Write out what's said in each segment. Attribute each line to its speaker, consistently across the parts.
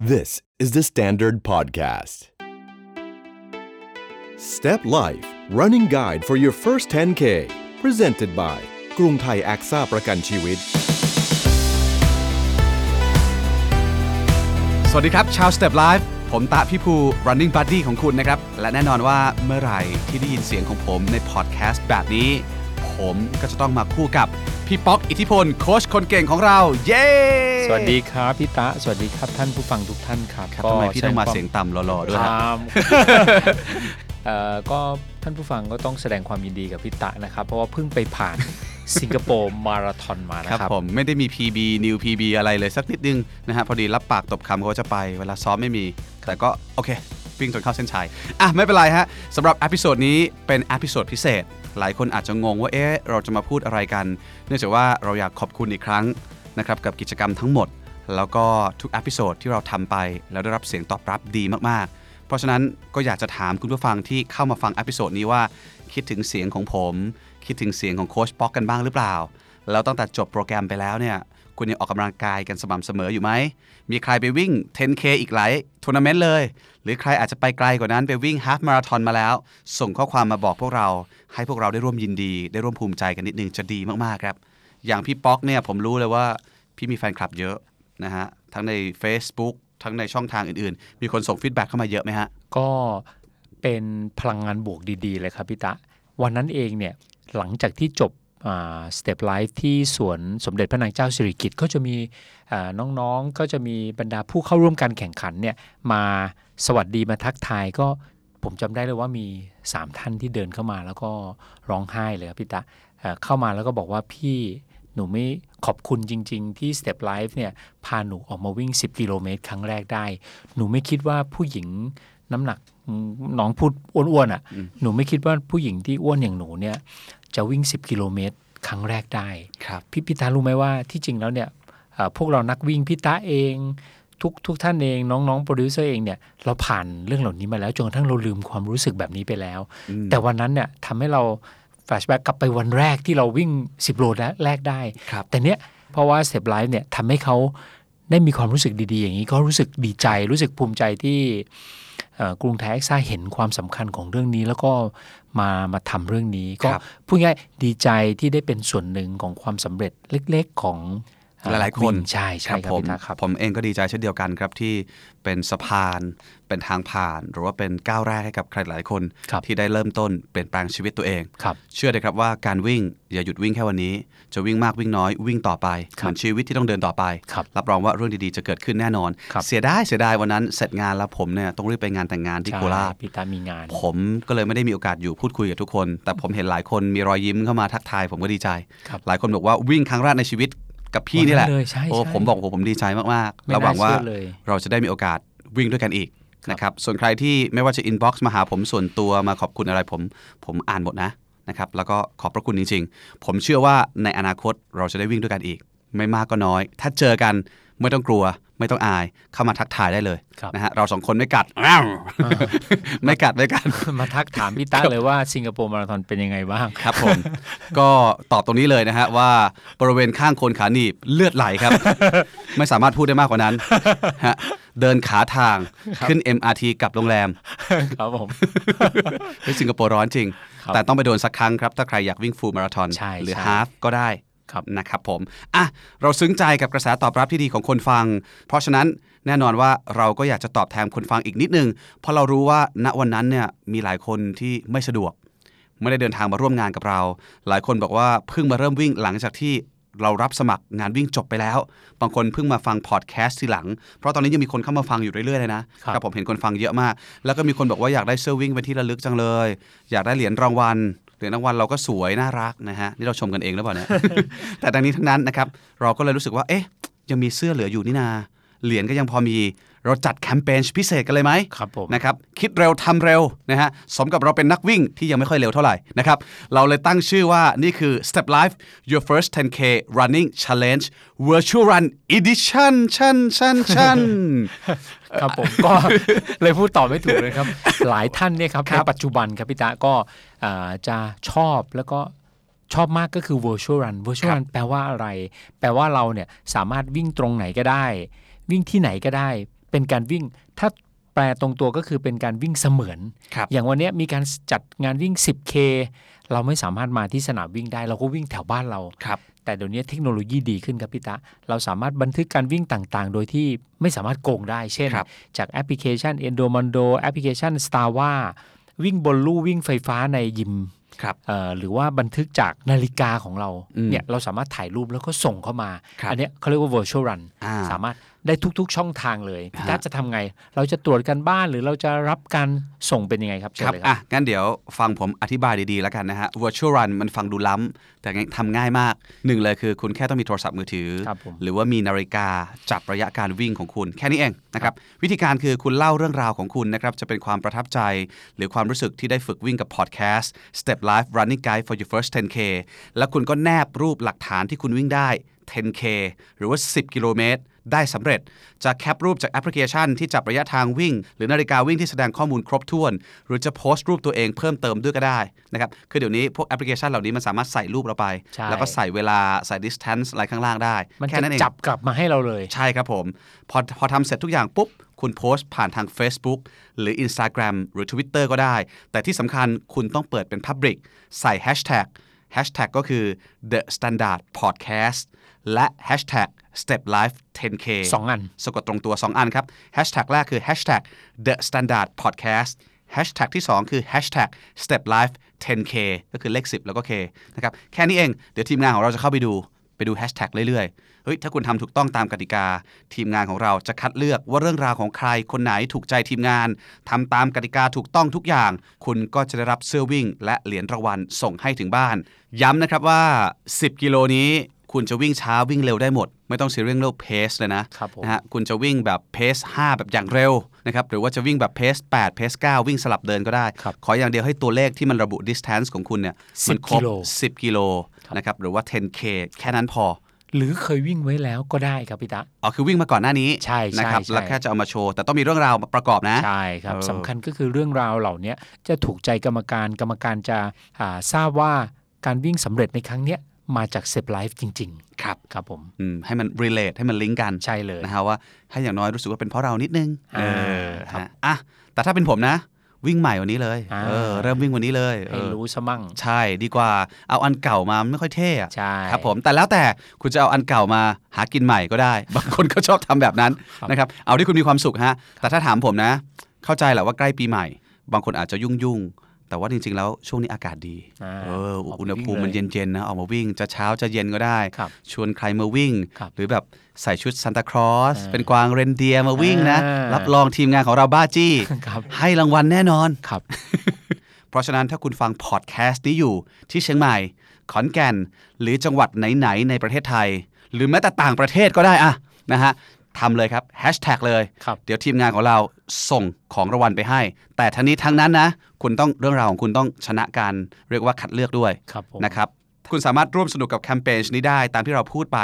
Speaker 1: This is the Standard Podcast. Step Life Running Guide for your first 10K presented by กรุงไทยแอคซ่าประกันชีวิต
Speaker 2: สวัสดีครับ ชาว Step Life ผมตะพี่ภู running buddy ของคุณนะครับ และแน่นอนว่าเมื่อไหร่ที่ได้ยินเสียงของผมในพอดแคสต์แบบนี้ ผมก็จะต้องมาคู่กับ พี่ป๊อกอิทธิพล โค้ชคนเก่งของเรา เย้
Speaker 3: สวัสดีครับพี่ตะสวัสดีครับท่านผู้ฟังทุกท่านครับ
Speaker 2: ครับ
Speaker 3: ก็
Speaker 2: ทำไมพี่ต้องมา
Speaker 3: แด
Speaker 2: เสียงต่ำหล่อๆด้วย
Speaker 3: ค
Speaker 2: ฮะ
Speaker 3: รับ เอ่อก็ท่านผู้ฟังก็ต้องแสดงความยินดีกับพี่ตะนะครับ เพราะว่าเพิ่งไปผ่าน สิงคโปร์มาราธอนมานะ
Speaker 2: ค
Speaker 3: ค
Speaker 2: รั
Speaker 3: รั
Speaker 2: บบ ผมไม่ได้มี PB New PB อะไรเลยสักนิดนึงนะฮะพอดีรับปากตบคำเขาว่าจะไปเวลาซ้อมไม่มี แต่ก็โอเค วิ่งจนเข้าเส้นชัย อ่ะ ไม่เป็นไรฮะสำหรับอพิโซดนี้เป็นอพิโซดพิเศษ หลายคนอาจจะงงว่าเอ๊ะเราจะมาพูดอะไรกัน เนื่องจากว่าเราอยากขอบคุณอีกครั้งนะครับกับกิจกรรมทั้งหมด แล้วก็ทุกอพิโซดที่เราทำไป แล้วได้รับเสียงตอบรับดีมากๆ เพราะฉะนั้นก็อยากจะถามคุณผู้ฟังที่เข้ามาฟังอพิโซดนี้ว่า คิดถึงเสียงของผม คิดถึงเสียงของโค้ชป๊อกกันบ้างหรือเปล่า แล้วตั้งแต่จบโปรแกรมไปแล้วเนี่ย คุณยังออกกำลังกายกันสม่ำเสมออยู่ไหม มีใครไปวิ่ง 10K อีกหลายทัวร์นาเมนต์เลย หรือใครอาจจะไปไกลกว่านั้นไปวิ่งฮาฟมาราทอนมาแล้ว ส่งข้อความมาบอกพวกเรา ให้พวกเราได้ร่วมยินดี ได้ร่วมภูมิใจกันนิดนึงจะดีมากๆครับ อย่างพี่ป๊อกเนี่ยผมรู้เลยว่าพี่มีแฟนคลับเยอะนะฮะทั้งใน Facebook ทั้งในช่องทางอื่นๆ มีคนส่งฟีดแบ็กเข้ามาเยอะไหมฮะ
Speaker 3: ก็เป็นพลังงานบวกดีๆ เลยครับพี่ตะ วันนั้นเองเนี่ยหลังจากที่จบสเต็ปไลฟ์ที่สวนสมเด็จพระนางเจ้าสิริกิติ์ก็จะมีอ่าน้องๆก็จะมีบรรดาผู้เข้าร่วมการแข่งขันเนี่ยมาสวัสดีมาทักทายก็ผมจำได้เลยว่ามี 3 ท่านที่เดินเข้ามาแล้วก็ร้องไห้เลยครับพี่ตะเอ่อเข้ามาแล้วก็บอกว่าพี่หนูไม่ขอบคุณจริง ๆ ที่ Step Life เนี่ยพาหนูออกมาวิ่ง 10 กิโลเมตรครั้งแรกได้ หนูไม่คิดว่าผู้หญิงน้ำหนักอืมน้องพูดอ้วนๆอ่ะ หนูไม่คิดว่าผู้หญิงที่อ้วนอย่างหนูเนี่ย จะวิ่ง 10 กิโลเมตรครั้งแรกได้
Speaker 2: ครับ
Speaker 3: พี่พิตารู้ไหมว่าที่จริงแล้วเนี่ยเอ่อพวกเรานักวิ่งพิตาเอง ทุกทุกท่านเองน้องๆโปรดิวเซอร์เองเนี่ยเราผ่านเรื่องเหล่านี้มาแล้วจนกระทั่งเราลืมความรู้สึกแบบนี้ไปแล้ว แต่วันนั้นเนี่ยทำให้เราแฟลชแบ็กกลับไปวันแรกที่เราวิ่ง 10 โลแรกได้
Speaker 2: ครับ
Speaker 3: แต่เนี้ยเพราะว่าเซฟไลฟ์เนี่ยทำให้เขาได้มีความรู้สึกดีๆ อย่างนี้ก็รู้สึกดีใจ รู้สึกภูมิใจที่เอ่อกรุงไทยแอคซ่าเห็นความสำคัญของเรื่องนี้ แล้วก็มามาทำเรื่องนี้ ก็
Speaker 2: ครับ
Speaker 3: พูดง่ายๆดีใจที่ได้เป็นส่วนหนึ่งของความสำเร็จเล็กๆของเอ่อ
Speaker 2: หลายๆคน
Speaker 3: วิ่งใช่ใช่ครับ
Speaker 2: ผม
Speaker 3: พี่ตาครับ
Speaker 2: ผมเองก็ดีใจเช่นเดียวกันครับที่เป็นสะพาน เป็นทางผ่าน หรือว่าเป็นก้าวแรกให้กับใครหลายคน
Speaker 3: ครับ
Speaker 2: ที่ได้เริ่มต้นเปลี่ยนแปลงชีวิตตัวเอง
Speaker 3: ครับ
Speaker 2: เชื่อเลยครับว่าการวิ่งอย่าหยุดวิ่งแค่วันนี้ จะวิ่งมากวิ่งน้อยวิ่งต่อไปเห
Speaker 3: ครับ
Speaker 2: มือนชีวิตที่ต้องเดินต่อไป
Speaker 3: ครับ
Speaker 2: รับรองว่าเรื่องดีๆจะเกิดขึ้นแน่นอน
Speaker 3: ครับ
Speaker 2: เสียดายเสียดายวันนั้นเสร็จงานแล้วผมเนี่ยต้องรีบไปงานแต่งงานที่โคราช
Speaker 3: ใช่พี่ตามีงาน
Speaker 2: ผมก็เลยไม่ได้มีโอกาสอยู่พูดคุยกับทุกคน แต่ผมเห็นหลายคนมีรอยยิ้มเข้ามาทักทาย ผมก็ดีใจ
Speaker 3: ครับ
Speaker 2: หลายคนบอกว่าวิ่งครั้งแรกในชีวิตกับพี่นี่แหละ
Speaker 3: วันเลยใช่
Speaker 2: โอ้
Speaker 3: ใช่
Speaker 2: ผมบอกโอ้ผมดีใจมากๆ
Speaker 3: ไม่
Speaker 2: เรา
Speaker 3: น่า
Speaker 2: หวังว่า
Speaker 3: เชื่อเลย
Speaker 2: เราจะได้มีโอกาสวิ่งด้วยกันอีก
Speaker 3: ครับ
Speaker 2: นะครับ ส่วนใครที่ไม่ว่าจะอินบ็อกซ์มาหาผมส่วนตัวมาขอบคุณอะไรผมผมอ่านหมดนะนะครับ แล้วก็ขอบพระคุณจริง ๆ ผมเชื่อว่าในอนาคตเราจะได้วิ่งด้วยกันอีก ไม่มากก็น้อย ถ้าเจอกันไม่ต้องกลัว ไม่ต้องอายเข้ามาทักทายได้เลย
Speaker 3: ครับ
Speaker 2: นะฮะเราสองคนไม่กัดอ้าวไม่กัดไม่กัด
Speaker 3: มาทักถามพี่ตาเลยว่าสิงคโปร์มาราธอนเป็นยังไงบ้าง
Speaker 2: ครับผม ก็ตอบตรงนี้เลยนะฮะว่าบริเวณข้างโคนขาหนีบเลือดไหลครับ ไม่สามารถพูดได้มากกว่านั้นฮะเดินขาทางขึ้น MRT กลับโรงแรม
Speaker 3: ครับผม
Speaker 2: ที่สิงคโปร์ร้อนจริง
Speaker 3: ครับ
Speaker 2: แต่ต้องไปโดนสักครั้งครับ ถ้าใครอยากวิ่งฟูลมาราธอน
Speaker 3: ใช่
Speaker 2: หรือ
Speaker 3: ใช่
Speaker 2: ฮาฟก็ได้
Speaker 3: ครับ
Speaker 2: นะครับผม อ่ะ เราซึ้งใจกับกระแสตอบรับที่ดีของคนฟัง เพราะฉะนั้นแน่นอนว่าเราก็อยากจะตอบแทนคนฟังอีกนิดนึง เพราะเรารู้ว่าณวันนั้นเนี่ยมีหลายคนที่ไม่สะดวก ไม่ได้เดินทางมาร่วมงานกับเรา หลายคนบอกว่าเพิ่งมาเริ่มวิ่งหลังจากที่เรารับสมัครงานวิ่งจบไปแล้ว บางคนเพิ่งมาฟังพอดแคสต์ทีหลัง เพราะตอนนี้ยังมีคนเข้ามาฟังอยู่เรื่อยๆเลยนะครับ ผมเห็นคนฟังเยอะมาก แล้วก็มีคนบอกว่าอยากได้เสื้อวิ่งเป็นที่ระลึกจังเลย อยากได้เหรียญรางวัล เหรียญรางวัลเราก็สวยน่ารักนะฮะนี่เราชมกันเองหรือเปล่าเนี่ย แต่ทั้งนี้ทั้งนั้นนะครับเราก็เลยรู้สึกว่าเอ๊ะยังมีเสื้อเหลืออยู่นี่นาเหรียญก็ยังพอมีเราจัดแคมเปญพิเศษกันเลยไหม
Speaker 3: ครับผม
Speaker 2: นะครับคิดเร็วทำเร็วนะฮะสมกับเราเป็นนักวิ่งที่ยังไม่ค่อยเร็วเท่าไหร่นะครับเราเลยตั้งชื่อว่านี่คือ Step Life Your First 10K Running Challenge Virtual Run Edition ชันชันชั น
Speaker 3: ครับผมก็ เลยพูดต่อไม่ถูกเลยครับ หลายท่านเนี่ยครับในปัจจุบันครับพี่ตาก็อ่าจะชอบแล้วก็ชอบมากก็คือ virtual run virtual
Speaker 2: ครับ
Speaker 3: run แปลว่าอะไร แปลว่าเราเนี่ยสามารถวิ่งตรงไหนก็ได้ วิ่งที่ไหนก็ได้ เป็นการวิ่ง ถ้าแปลตรงตัวก็คือเป็นการวิ่งเสมือน
Speaker 2: ครับ
Speaker 3: อย่างวันเนี้ยมีการจัดงานวิ่ง 10K เราไม่สามารถมาที่สนามวิ่งได้ เราก็วิ่งแถวบ้านเรา
Speaker 2: ครับ
Speaker 3: แต่เดี๋ยวนี้เทคโนโลยีดีขึ้นครับพี่ตะ เราสามารถบันทึกการวิ่งต่างๆ โดยที่ไม่สามารถโกงได้ เช่น
Speaker 2: ครับ
Speaker 3: จากแอปพลิเคชัน Endomondo แอปพลิเคชัน Strava วิ่งบนลู่วิ่งไฟฟ้าในยิม
Speaker 2: ครับ
Speaker 3: เอ่อหรือว่าบันทึกจากนาฬิกาของเรา
Speaker 2: อืม
Speaker 3: เนี่ยเราสามารถถ่ายรูปแล้วก็ส่งเข้ามา
Speaker 2: ครับ
Speaker 3: อัเนี้ยเขาเรียกว่า virtual run
Speaker 2: อ่า
Speaker 3: สามารถได้ทุกๆช่องทางเลยพี่ตะ
Speaker 2: ฮะ
Speaker 3: จะทำไง เราจะตรวจกันบ้านหรือเราจะรับการส่งเป็นยังไงครับ
Speaker 2: ค
Speaker 3: เชิญ
Speaker 2: รับ
Speaker 3: เลย
Speaker 2: อ่ะ งั้นเดี๋ยวฟังผมอธิบายดี ๆ แล้วกันนะฮะ virtual run มันฟังดูล้ำ แต่ทำง่ายมาก หนึ่งเลยคือคุณแค่ต้องมีโทรศัพท์มือถือ
Speaker 3: ครับผม
Speaker 2: หรือว่ามีนาฬิกาจับระยะการวิ่งของคุณ แค่นี้เองนะครับ วิธีการคือคุณเล่าเรื่องราวของคุณนะครับ จะเป็นความประทับใจ หรือความรู้สึกที่ได้ฝึกวิ่งกับพอดแคสต์ Step Life Running Guide for Your First 10K แล้วคุณก็แนบรูปหลักฐานที่คุณวิ่งได้ 10K หรือว่า 10 กิโลเมตร ได้สำเร็จ จะแคปรูปจากแอปพลิเคชันที่จับระยะทางวิ่ง หรือนาฬิกาวิ่งที่แสดงข้อมูลครบถ้วน หรือจะโพสต์รูปตัวเองเพิ่มเติมด้วยก็ได้นะครับคือเดี๋ยวนี้พวกแอปพลิเคชันเหล่านี้มันสามารถใส่รูปเราไป
Speaker 3: ใช่
Speaker 2: แล้วก็ใส่เวลาใส่ distance อะไรข้างล่างได้
Speaker 3: มัน
Speaker 2: แค่
Speaker 3: จะ
Speaker 2: นั้นเอง
Speaker 3: จับกลับมาให้เราเลย
Speaker 2: ใช่ครับผม พอพอทำเสร็จทุกอย่างปุ๊บ คุณโพสต์ผ่านทาง Facebook หรือ Instagram หรือ Twitter ก็ได้ แต่ที่สำคัญคุณต้องเปิดเป็น Public ใส่ Hashtag Hashtag ก็คือ The Standard Podcast และ Hashtag Step Life 10K
Speaker 3: สองอัน
Speaker 2: สะกดตรงตัว 2 อันครับ Hashtag แรกคือ Hashtag The Standard Podcast Hashtag ที่ 2 คือ Hashtag Step Life 10K ก็คือเลข 10 แล้วก็ K นะครับ แค่นี้เอง เดี๋ยวทีมงานของเราจะเข้าไปดู ไปดูแฮชแท็กเรื่อยๆ เฮ้ย ถ้าคุณทำถูกต้องตามกติกา ทีมงานของเราจะคัดเลือกว่าเรื่องราวของใคร คนไหนถูกใจทีมงานทำตามกติกาถูกต้องทุกอย่าง คุณก็จะได้รับเสื้อวิ่ง และเหรียญรางวัลส่งให้ถึงบ้าน ย้ำนะครับว่า 10 กิโลนี้ คุณจะวิ่งช้าวิ่งเร็วได้หมด ไม่ต้องซีเรียสเรื่องเพสเลยนะครับ
Speaker 3: ผม
Speaker 2: นะฮะคุณจะวิ่งแบบเพส5 แบบอย่างเร็วนะครับหรือว่าจะวิ่งแบบเพส8เพส9วิ่งสลับเดินก็ได้
Speaker 3: ครับ
Speaker 2: ขออย่างเดียวให้ตัวเลขที่มันระบุ distance ของคุณเนี่ย
Speaker 3: 10
Speaker 2: มันครบ
Speaker 3: กิโล
Speaker 2: 10 กิโลนะครับหรือว่า 10K แค่นั้นพอ
Speaker 3: หรือเคยวิ่งไว้แล้วก็ได้ครับพี่ตะ
Speaker 2: อ๋อคือวิ่งมาก่อนหน้านี้
Speaker 3: ใช่ใช่
Speaker 2: นะครับ
Speaker 3: ใช่
Speaker 2: แล้วแค่จะเอามาโชว์แต่ต้องมีเรื่องราวประกอบนะ
Speaker 3: ใช่ครับ
Speaker 2: เออ
Speaker 3: สำคัญก็คือเรื่องราวเหล่านี้จะถูกใจกรรมการกรรมการจะอ่าทราบว่าการวิ่งสำเร็จในครั้งเนี้ยมาจากเซฟไลฟ์จริงๆ
Speaker 2: ครับ
Speaker 3: ครับผม
Speaker 2: อืมให้มัน relate ให้มันลิงก์กัน
Speaker 3: ใช่เลย
Speaker 2: นะฮะว่าให้อย่างน้อยรู้สึกว่าเป็นเพราะเรานิดนึง
Speaker 3: า
Speaker 2: เออ
Speaker 3: ครับ
Speaker 2: ฮะอ่ะแต่ถ้าเป็นผมนะ วิ่งใหม่วันนี้เลย
Speaker 3: อ่า
Speaker 2: เออเริ่มวิ่งวันนี้เลยเอ
Speaker 3: ให้
Speaker 2: อ
Speaker 3: รู้ซะมั่ง
Speaker 2: ใช่ดีกว่าเอาอันเก่ามาไม่ค่อยเท่อะ
Speaker 3: ใช่
Speaker 2: ครับผมแต่แล้วแต่คุณจะเอาอันเก่ามาหากินใหม่ก็ ได้ บางคนก็ชอบทำแบบนั้นนะครับเอาที่คุณมีความสุขฮะแต่ถ้าถามผมนะ เข้าใจแหละว่าใกล้ปีใหม่ บางคนอาจจะยุ่งยุ่งๆแต่ว่าจริง ๆ แล้วช่วงนี้อากาศดี
Speaker 3: า
Speaker 2: เออ
Speaker 3: ออกไป
Speaker 2: อุณหภูมิมัน
Speaker 3: วิ่งเลย
Speaker 2: เย็นๆนะออกมาวิ่งจะเช้าจะเย็นก็ได้
Speaker 3: ครับ
Speaker 2: ชวนใครมาวิ่ง
Speaker 3: ครับ
Speaker 2: หรือแบบใส่ชุดซานตาคลอส
Speaker 3: อ่า
Speaker 2: เป็นกวางเรนเดียร์มาวิ่งนะ
Speaker 3: อ่ารั
Speaker 2: รับรองทีมงานของเราบ้าจี้
Speaker 3: ครับ
Speaker 2: ให้รางวัลแน่นอน
Speaker 3: ครับ
Speaker 2: เพราะฉะนั้นถ้าคุณฟังพอดแคสต์นี้อยู่ที่เชียงใหม่ ขอนแก่น หรือจังหวัดไหน ๆ ในประเทศไทย หรือแม้แต่ต่างประเทศก็ได้อะนะฮะทำเลยครับแฮชแท็กเลย
Speaker 3: ครับ
Speaker 2: เดี๋ยวทีมงานของเราส่งของรางวัลไปให้ แต่ทั้งนี้ทั้งนั้นนะ คุณต้องเรื่องราวของคุณต้องชนะการเรียกว่าคัดเลือกด้วย
Speaker 3: ครับผม
Speaker 2: นะครับ คุณสามารถร่วมสนุกกับแคมเปญนี้ได้ตามที่เราพูดไป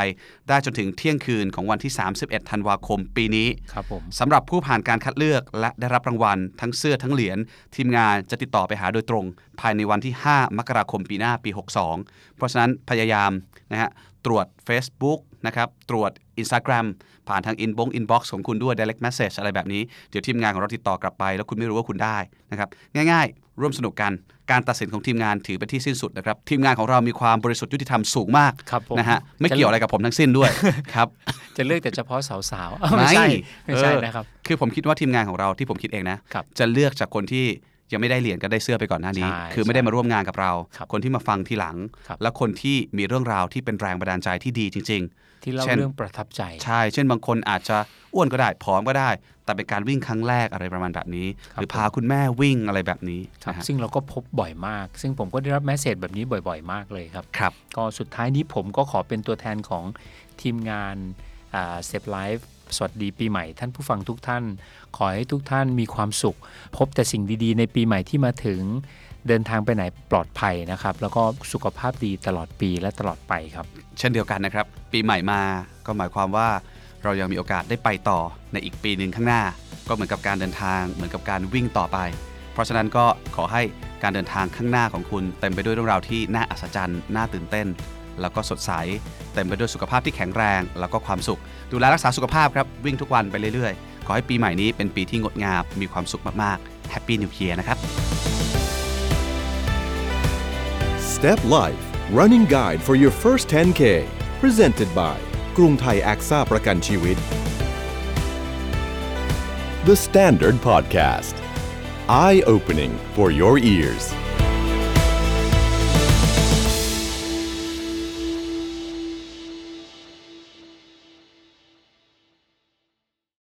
Speaker 2: ได้จนถึงเที่ยงคืนของวันที่ 31 ธันวาคมปีนี้
Speaker 3: ครับผม
Speaker 2: สำหรับผู้ผ่านการคัดเลือกและได้รับรางวัล ทั้งเสื้อทั้งเหรียญทีมงานจะติดต่อไปหาโดยตรง ภายในวันที่ 5 มกราคมปีหน้าปี 62 เพราะฉะนั้นพยายามนะฮะตรวจ Facebook นะครับตรวจ Instagram ผ่านทาง Inbox Inbox ของคุณด้วย Direct Message อะไรแบบนี้ เดี๋ยวทีมงานของเราติดต่อกลับไป แล้วคุณไม่รู้ว่าคุณได้นะครับง่ายๆ ร่วมสนุกกันการตัดสินของทีมงานถือเป็นที่สิ้นสุดนะครับทีมงานของเรามีความบริสุทธิ์ยุติธรรมสูงมาก
Speaker 3: ครับผม
Speaker 2: นะฮะไม่เกี่ยวอะไรกับผมทั้งสิ้นด้วยครับ
Speaker 3: จะเลือกแต่เฉพาะสาวๆเอ้า ไม่ใช่ไม่ใช่
Speaker 2: เออ
Speaker 3: นะครับ
Speaker 2: คือผมคิดว่าทีมงานของเราที่ผมคิดเองนะ
Speaker 3: ครับ
Speaker 2: จะเลือกจากคนที่ยังไม่ได้เหรียญก็ได้เสื้อไปก่อนหน้านี้
Speaker 3: ใช่
Speaker 2: คือไม่ได้มาร่วมงานกับเรา
Speaker 3: ครับ
Speaker 2: คนที่มาฟังทีหลัง
Speaker 3: ครับ
Speaker 2: และคนที่มีเรื่องราวที่เป็นแรงบันดาลใจที่ดีจริง
Speaker 3: ที่เล่า
Speaker 2: เช่น
Speaker 3: เรื่องประทับใจ
Speaker 2: ๆ ใช่ เช่นบางคนอาจจะอ้วนก็ได้ผอมก็ได้ แต่เป็นการวิ่งครั้งแรกอะไรประมาณแบบนี้
Speaker 3: ครั
Speaker 2: ห
Speaker 3: บ
Speaker 2: รือพาคุณแม่วิ่งอะไรแบบนี้
Speaker 3: ครับ
Speaker 2: นะฮะ
Speaker 3: ซึ่งเราก็พบบ่อยมาก ซึ่งผมก็ได้รับแมสเซจแบบนี้บ่อย ๆ มากเลยครับ
Speaker 2: ครับ
Speaker 3: ก็สุดท้ายนี้ผมก็ขอเป็นตัวแทนของทีมงานเซฟไลฟ์สวัสดีปีใหม่ ท่านผู้ฟังทุกท่าน ขอให้ทุกท่านมีความสุข พบแต่สิ่งดีๆ ในปีใหม่ที่มาถึง เดินทางไปไหนปลอดภัยนะครับ แล้วก็สุขภาพดีตลอดปีและตลอดไปครับ
Speaker 2: เช่นเดียวกันนะครับ ปีใหม่มาก็หมายความว่าเรายังมีโอกาสได้ไปต่อในอีกปีหนึ่งข้างหน้า ก็เหมือนกับการเดินทางเหมือนกับการวิ่งต่อไป เพราะฉะนั้นก็ขอให้การเดินทางข้างหน้าของคุณ เต็มไปด้วยเรื่องราวที่น่าอัศจรรย์น่าตื่นเต้น แล้วก็สดใส เต็มไปด้วยสุขภาพที่แข็งแรง แล้วก็ความสุข ดูแลรักษาสุขภาพครับวิ่งทุกวันไปเรื่อยๆ ขอให้ปีใหม่นี้เป็นปีที่งดงาม มีความสุขมากๆ Happy New Year นะครับ
Speaker 1: Step Life Running Guide for your first 10K presented by กรุงไทย a อ a ประกันชีวิต The Standard Podcast Eye Opening for your ears